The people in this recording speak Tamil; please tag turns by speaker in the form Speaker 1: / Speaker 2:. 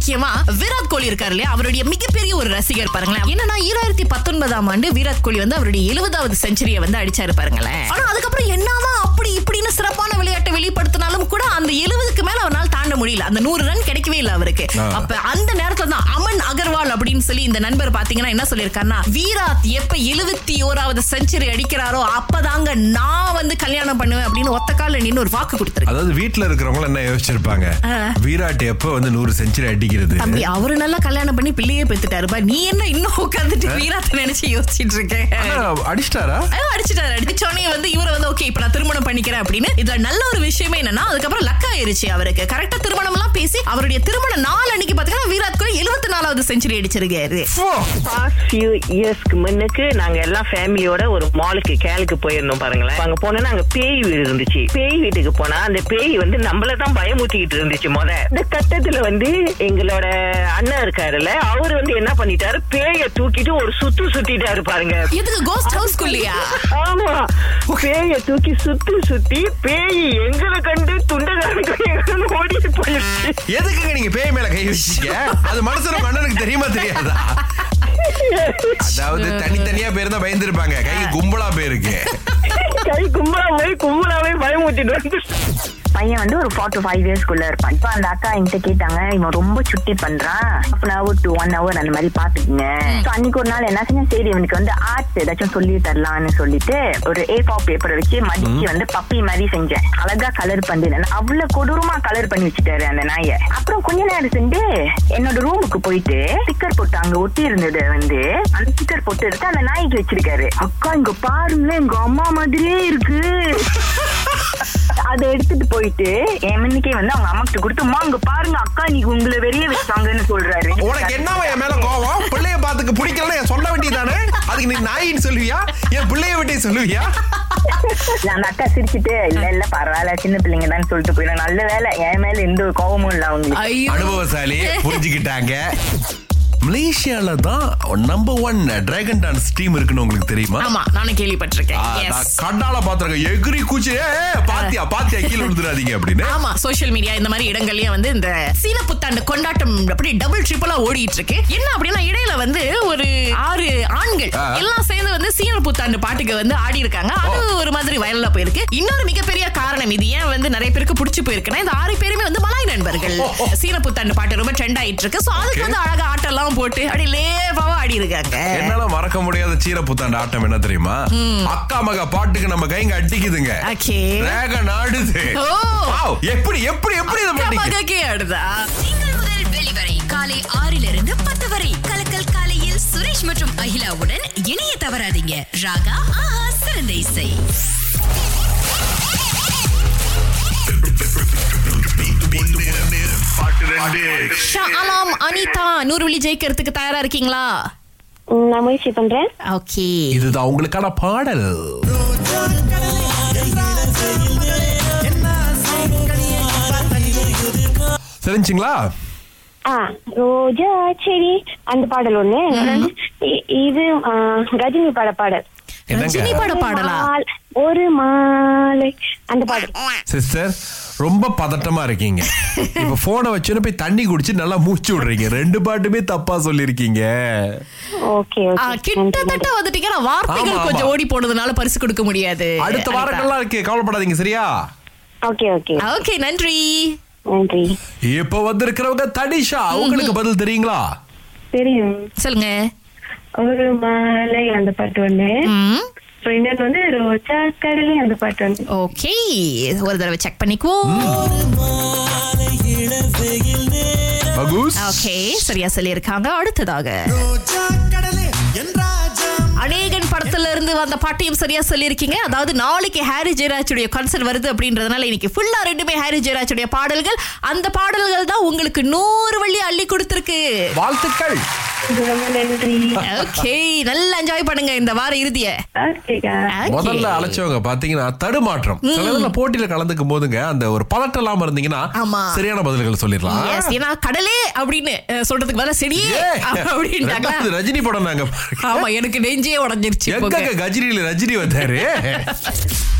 Speaker 1: விராட் கோலி இருக்காரு இல்லையா அவருடைய மிகப்பெரிய ஒரு ரசிகர் பாருங்களேன் என்னன்னா ஈராயிரத்தி பத்தொன்பதாம் ஆண்டு விராட் கோலி வந்து அவருடைய எழுபதாவது செஞ்சுரியை வந்து அடிச்சாரு பாருங்களேன் ஆனா அதுக்கப்புறம் என்னதான் அப்படி இப்படின்னு சிறப்பான விளையாட்டை வெளிப்படுத்தினாலும் கூட அந்த எழுபதுக்கு மேல அவரால் தாண்ட முடியல அந்த நூறு ரன் கிடைக்கவே இல்லை அவருக்கு அப்ப அந்த நேரத்துல தான் அமன் அகர்வால் அப்படின்னு சொல்லி இந்த நண்பர் பாத்தீங்கன்னா என்ன சொல்லியிருக்காருன்னா வீராத் எப்ப எழுபத்தி ஓராவது செஞ்சுரி அடிக்கிறாரோ அப்பதாங்க நான் வந்து கல்யாணம் பண்ணுவேன் அப்படின்னு ஒத்த கால நின்று ஒரு வாக்கு கொடுத்துருக்கு
Speaker 2: அதாவது வீட்டுல இருக்கிறவங்க என்ன யோசிச்சிருப்பாங்க விராட் எப்ப வந்து நூறு செஞ்சுரி அடிக்கிறது
Speaker 1: தம்பி அவரு நல்லா கல்யாணம் பண்ணி பிள்ளையே பெத்துட்டாருப்பா நீ என்ன இன்னும் உட்கார்ந்துட்டு வீராத்த நினைச்சு யோசிச்சிட்டு இருக்க
Speaker 2: ஆனா, அடிச்சிட்டாரா
Speaker 1: ஐயோ, அடிச்சிட்டாரு அடிச்சோடனே வந்து இவரை வந்து ஓகே இப்ப நான் திருமணம் பண்ணிக்கிறேன் அப்படின்னு இதுல நல்ல ஒரு விஷயமே என்னன்னா அதுக்கப்புறம் லக் ஆயிருச்சு அவருக்கு கரெக்டா திருமணம் எல்லாம் பேசி அவருடைய திருமண நாள் அன்னைக்கு பாத்தீங்கன்னா விராட் கோலி எழுபத்தி நாலாவது செஞ்சுரி அடிச்சிருக்காரு
Speaker 2: போ.
Speaker 3: பாஸ்ட் ஃபியூ இயர்ஸ்க்கு முன்னுக்கு நாங்க எல்லாம் ஃபேமிலியோட ஒரு மாலுக்கு கேலுக்கு போயிருந்தோம் பாருங்களேன் அங்க போனோம்னா அங்க பேய் வீடு இருந்துச்சு பேய் வீட்டுக்கு போனா அந்த பேய் வந்து நம்மள தான் பயமுறுத்திக்கிட்டு இருந்துச்சு முத இந்த கட்டத்துல வந்து எங்களோட அண்ணன் இருக்காருல்ல அவரு வந்து என்ன பண்ணிட்டாரு பேய தூக்கிட்டு ஒரு சுத்து சுத்திட்டாரு பாருங்க
Speaker 1: எதுக்கு கோஸ்ட் ஹவுஸ் குள்ளியா
Speaker 3: ஆமா பேய தூக்கி சுத்தி சுத்தி பேய் எங்களை கண்டு துண்டகாரனுக்கு ஓடி போயிருச்சு
Speaker 2: எதுக்குங்க நீங்க பேய் மேல கை வச்சீங்க அது மனசுல மன்னனுக்கு தெரியுமா தெரியாதா அதாவது தனித்தனியா பேருந்தா பயந்துருப்பாங்க கை கும்பலா போயிருக்கு
Speaker 3: கை கும்பலா போய் கும்பலாவே பயமுறுத்திட்டு வந்து
Speaker 4: பையன் வந்து ஒரு ஃபோர் டு ஃபைவ் இயர்ஸ்க்குள்ள இருப்பான் இப்போ அந்த அக்கா என்கிட்ட கேட்டாங்க இவன் ரொம்ப சுட்டி பண்றான் half an hour to one hour அந்த மாதிரி பாத்துக்கங்க ஸோ அன்னைக்கு ஒரு நாள் என்ன செஞ்சேன் சரி இவனுக்கு வந்து ஆர்ட்ஸ் ஏதாச்சும் சொல்லி தரலாம்னு சொல்லிட்டு ஒரு ஏ ஃபோர் பேப்பரை வச்சு மடிச்சு வந்து பப்பி மாதிரி செஞ்சேன் அழகா கலர் பண்ணிடுறேன் அவ்வளவு கொடூரமா கலர் பண்ணி வச்சுட்டாரு அந்த நாயை அப்புறம் கொஞ்ச நேரம் சென்று என்னோட ரூமுக்கு போயிட்டு ஸ்டிக்கர் போட்டு அங்க ஒட்டி இருந்தது வந்து அந்த ஸ்டிக்கர் போட்டு எடுத்து அந்த நாய்க்கு வச்சிருக்காரு அக்கா இங்க பாருங்களேன் எங்க அம்மா மாதிரியே இருக்கு அதை எடுத்துட்டு போயிட்டு எமனுக்கே வந்து அவங்க அம்மாக்கிட்ட கொடுத்து "அம்மா, அங்க பாருங்க அக்கா நீங்க உங்களை வெளியே வச்சாங்கன்னு சொல்றாரு
Speaker 2: உனக்கு என்னவா என் மேல கோவம் பிள்ளைய பாத்துக்கு பிடிக்கலன்னு என் சொல்ல வேண்டியதானே அதுக்கு நீ நாயின்னு சொல்லுவியா என் பிள்ளைய விட்டே சொல்லுவியா
Speaker 4: அந்த அக்கா சிரிச்சுட்டு இல்ல இல்ல பரவாயில்ல சின்ன பிள்ளைங்க தான் சொல்லிட்டு போயிடும் நல்ல வேலை என் மேல எந்த ஒரு கோபமும் இல்ல அவங்களுக்கு
Speaker 1: ஐயோ
Speaker 2: அனுபவசாலி புரிஞ்சுக்கிட்டாங்க மலேசியால தான் number one dragon dance team இருக்குன்னு உங்களுக்கு தெரியுமா
Speaker 1: ஆமா நானும் கேள்விப்பட்டிருக்கேன்
Speaker 2: ஆ,
Speaker 1: Yes.
Speaker 2: நான் கண்ணால பாத்திருக்கேன் எகிரி கூச்சி ஏ, ஏ, பாத்தியா பாத்தியா கீழே விழுந்துடாதீங்க அப்படின்னு
Speaker 1: ஆமா சோஷியல் மீடியா இந்த மாதிரி இடங்கள்லயே வந்து இந்த சீன புத்தாண்டு கொண்டாட்டம் அப்படி டபுள் ட்ரிபிளா ஓடிட்டு இருக்கு என்ன அப்படின்னா இடையில வந்து ஒரு ஆறு ஆண்கள்
Speaker 2: ஆ.
Speaker 1: எல்லாம் சேர்ந்து வந்து சீன புத்தாண்டு பாட்டுக்கு வந்து ஆடி இருக்காங்க அது ஒரு மாதிரி வைரலா போயிருக்கு இன்னொரு மிகப்பெரிய காரணம் இது ஏன் வந்து நிறைய பேருக்கு பிடிச்சு போயிருக்குன்னா இந்த ஆறு பேருமே வந்து மலாய் நண்பர்கள் சீன புத்தாண்டு பாட்டு ரொம்ப ட்ரெண்ட் ஆயிட்டு இருக்கு சோ அதுக்கு
Speaker 2: Okay.
Speaker 1: வந்து அழகா ஆட்டெல்லாம் போட்டு அப்படியே லேவாவா ஆடி இருக்காங்க
Speaker 2: என்னால மறக்க முடியாத சீர புத்தாண்டு ஆட்டம் என்ன தெரியுமா அக்கா மக பாட்டுக்கு நம்ம கைங்க அடிக்குதுங்க
Speaker 1: ஓகே
Speaker 2: டிராகன் ஆடுது
Speaker 1: ஓ.
Speaker 2: Wow, எப்படி எப்படி எப்படி இதை பண்ணிக்க
Speaker 1: மகக்கே ஆடுதா
Speaker 5: திங்கள் முதல் வெளிவரை காலை ஆறிலிருந்து பத்து வரை கலக்கல் காலையில் சுரேஷ் மற்றும் அகிலாவுடன் இணைய தவறாதீங்க ராகா ஆஹா சிறந்த இசை
Speaker 1: ஷாலாம் அனிதா நூறு வழி ஜெயிக்கிறதுக்கு தயாரா இருக்கீங்களா
Speaker 6: ம், நான் முயற்சி பண்றேன்
Speaker 1: ஓகே
Speaker 2: இதுதான் உங்களுக்கான பாடல் தெரிஞ்சுங்களா
Speaker 6: ஆ ரோஜா செடி அந்த பாடல் ஒண்ணு இ- இது ஆ, ரஜினி பாட பாடல்
Speaker 1: ரஜினி
Speaker 2: என்னங்க
Speaker 1: பாட பாடலா
Speaker 6: மால்- ஒரு மாலை அந்த பாடல்
Speaker 2: சிஸ்டர் ரொம்ப பதட்டமா இருக்கீங்க இப்ப போனை வச்சுன்னு போய் தண்ணி குடிச்சு நல்லா மூச்சு விடுறீங்க ரெண்டு பாட்டுமே தப்பா சொல்லிருக்கீங்க
Speaker 6: ஓகே
Speaker 1: ஆ,
Speaker 6: ஓகே நன்றி.
Speaker 1: கிட்டத்தட்ட வந்துட்டீங்க ஆனா
Speaker 2: ஆமா,
Speaker 1: வார்த்தைகள்
Speaker 2: ஆமா.
Speaker 1: கொஞ்சம் ஓடி போனதுனால பரிசு கொடுக்க முடியாது
Speaker 2: அடுத்த வாரங்கள்லாம் இருக்கு கவலைப்படாதீங்க சரியா
Speaker 6: ஓகே ஓகே
Speaker 1: ஓகே நன்றி
Speaker 6: நன்றி
Speaker 2: இப்ப வந்திருக்கிறவங்க தனிஷா உங்களுக்கு பதில் தெரியுங்களா
Speaker 7: தெரியும்
Speaker 1: சொல்லுங்க
Speaker 7: ஒரு மாலை அந்த பாட்டு ஒண்ணு
Speaker 1: ம்,
Speaker 7: அப்புறம் இன்னொன்று வந்து ரோஜா கடலே அந்த பாட்டு ஒண்ணு
Speaker 1: ஓகே ஒரு தடவை செக் பண்ணிக்குவோம்
Speaker 2: மகூஸ்
Speaker 1: ஓகே சரியா சொல்லியிருக்காங்க அடுத்ததாக அநேகன் படத்துல இருந்து வந்த பாட்டையும் சரியா சொல்லியிருக்கீங்க அதாவது நாளைக்கு ஹாரி ஜெயராஜுடைய கன்சர்ட் வருது அப்படின்றதுனால இன்னைக்கு ஃபுல்லா ரெண்டுமே ஹாரி ஜெயராஜுடைய பாடல்கள் அந்த பாடல்கள் தான் உங்களுக்கு நூறு வழி அள்ளி கொடுத்துருக்கு
Speaker 2: வாழ்த்துக்கள்
Speaker 7: ரொம்ப நன்றி
Speaker 1: ஓகே நல்லா என்ஜாய் பண்ணுங்க இந்த வார இறுதிய
Speaker 7: ஓகேக்கா
Speaker 1: Okay.
Speaker 2: முதல்ல அழைச்சவங்க பாத்தீங்கன்னா தடுமாற்றம் சில இதுல போட்டியில கலந்துக்கும் போதுங்க அந்த ஒரு பதட்டம் இல்லாம இருந்தீங்கன்னா
Speaker 1: ஆமா.
Speaker 2: சரியான பதில்கள் சொல்லிடலாம்
Speaker 1: Yes, ஏன்னா கடலே அப்படின்னு அஹ், சொல்றதுக்கு பதிலா செடியே
Speaker 2: ஏ,
Speaker 1: அப்படின்ட்டாங்களா
Speaker 2: ரெண்டாவது ரஜினி படம் நாங்க
Speaker 1: ஆமா எனக்கு நெஞ்சே உடஞ்சிருச்சு
Speaker 2: எங்க
Speaker 1: போங்க.
Speaker 2: கஜினியில ரஜினி வந்தாரு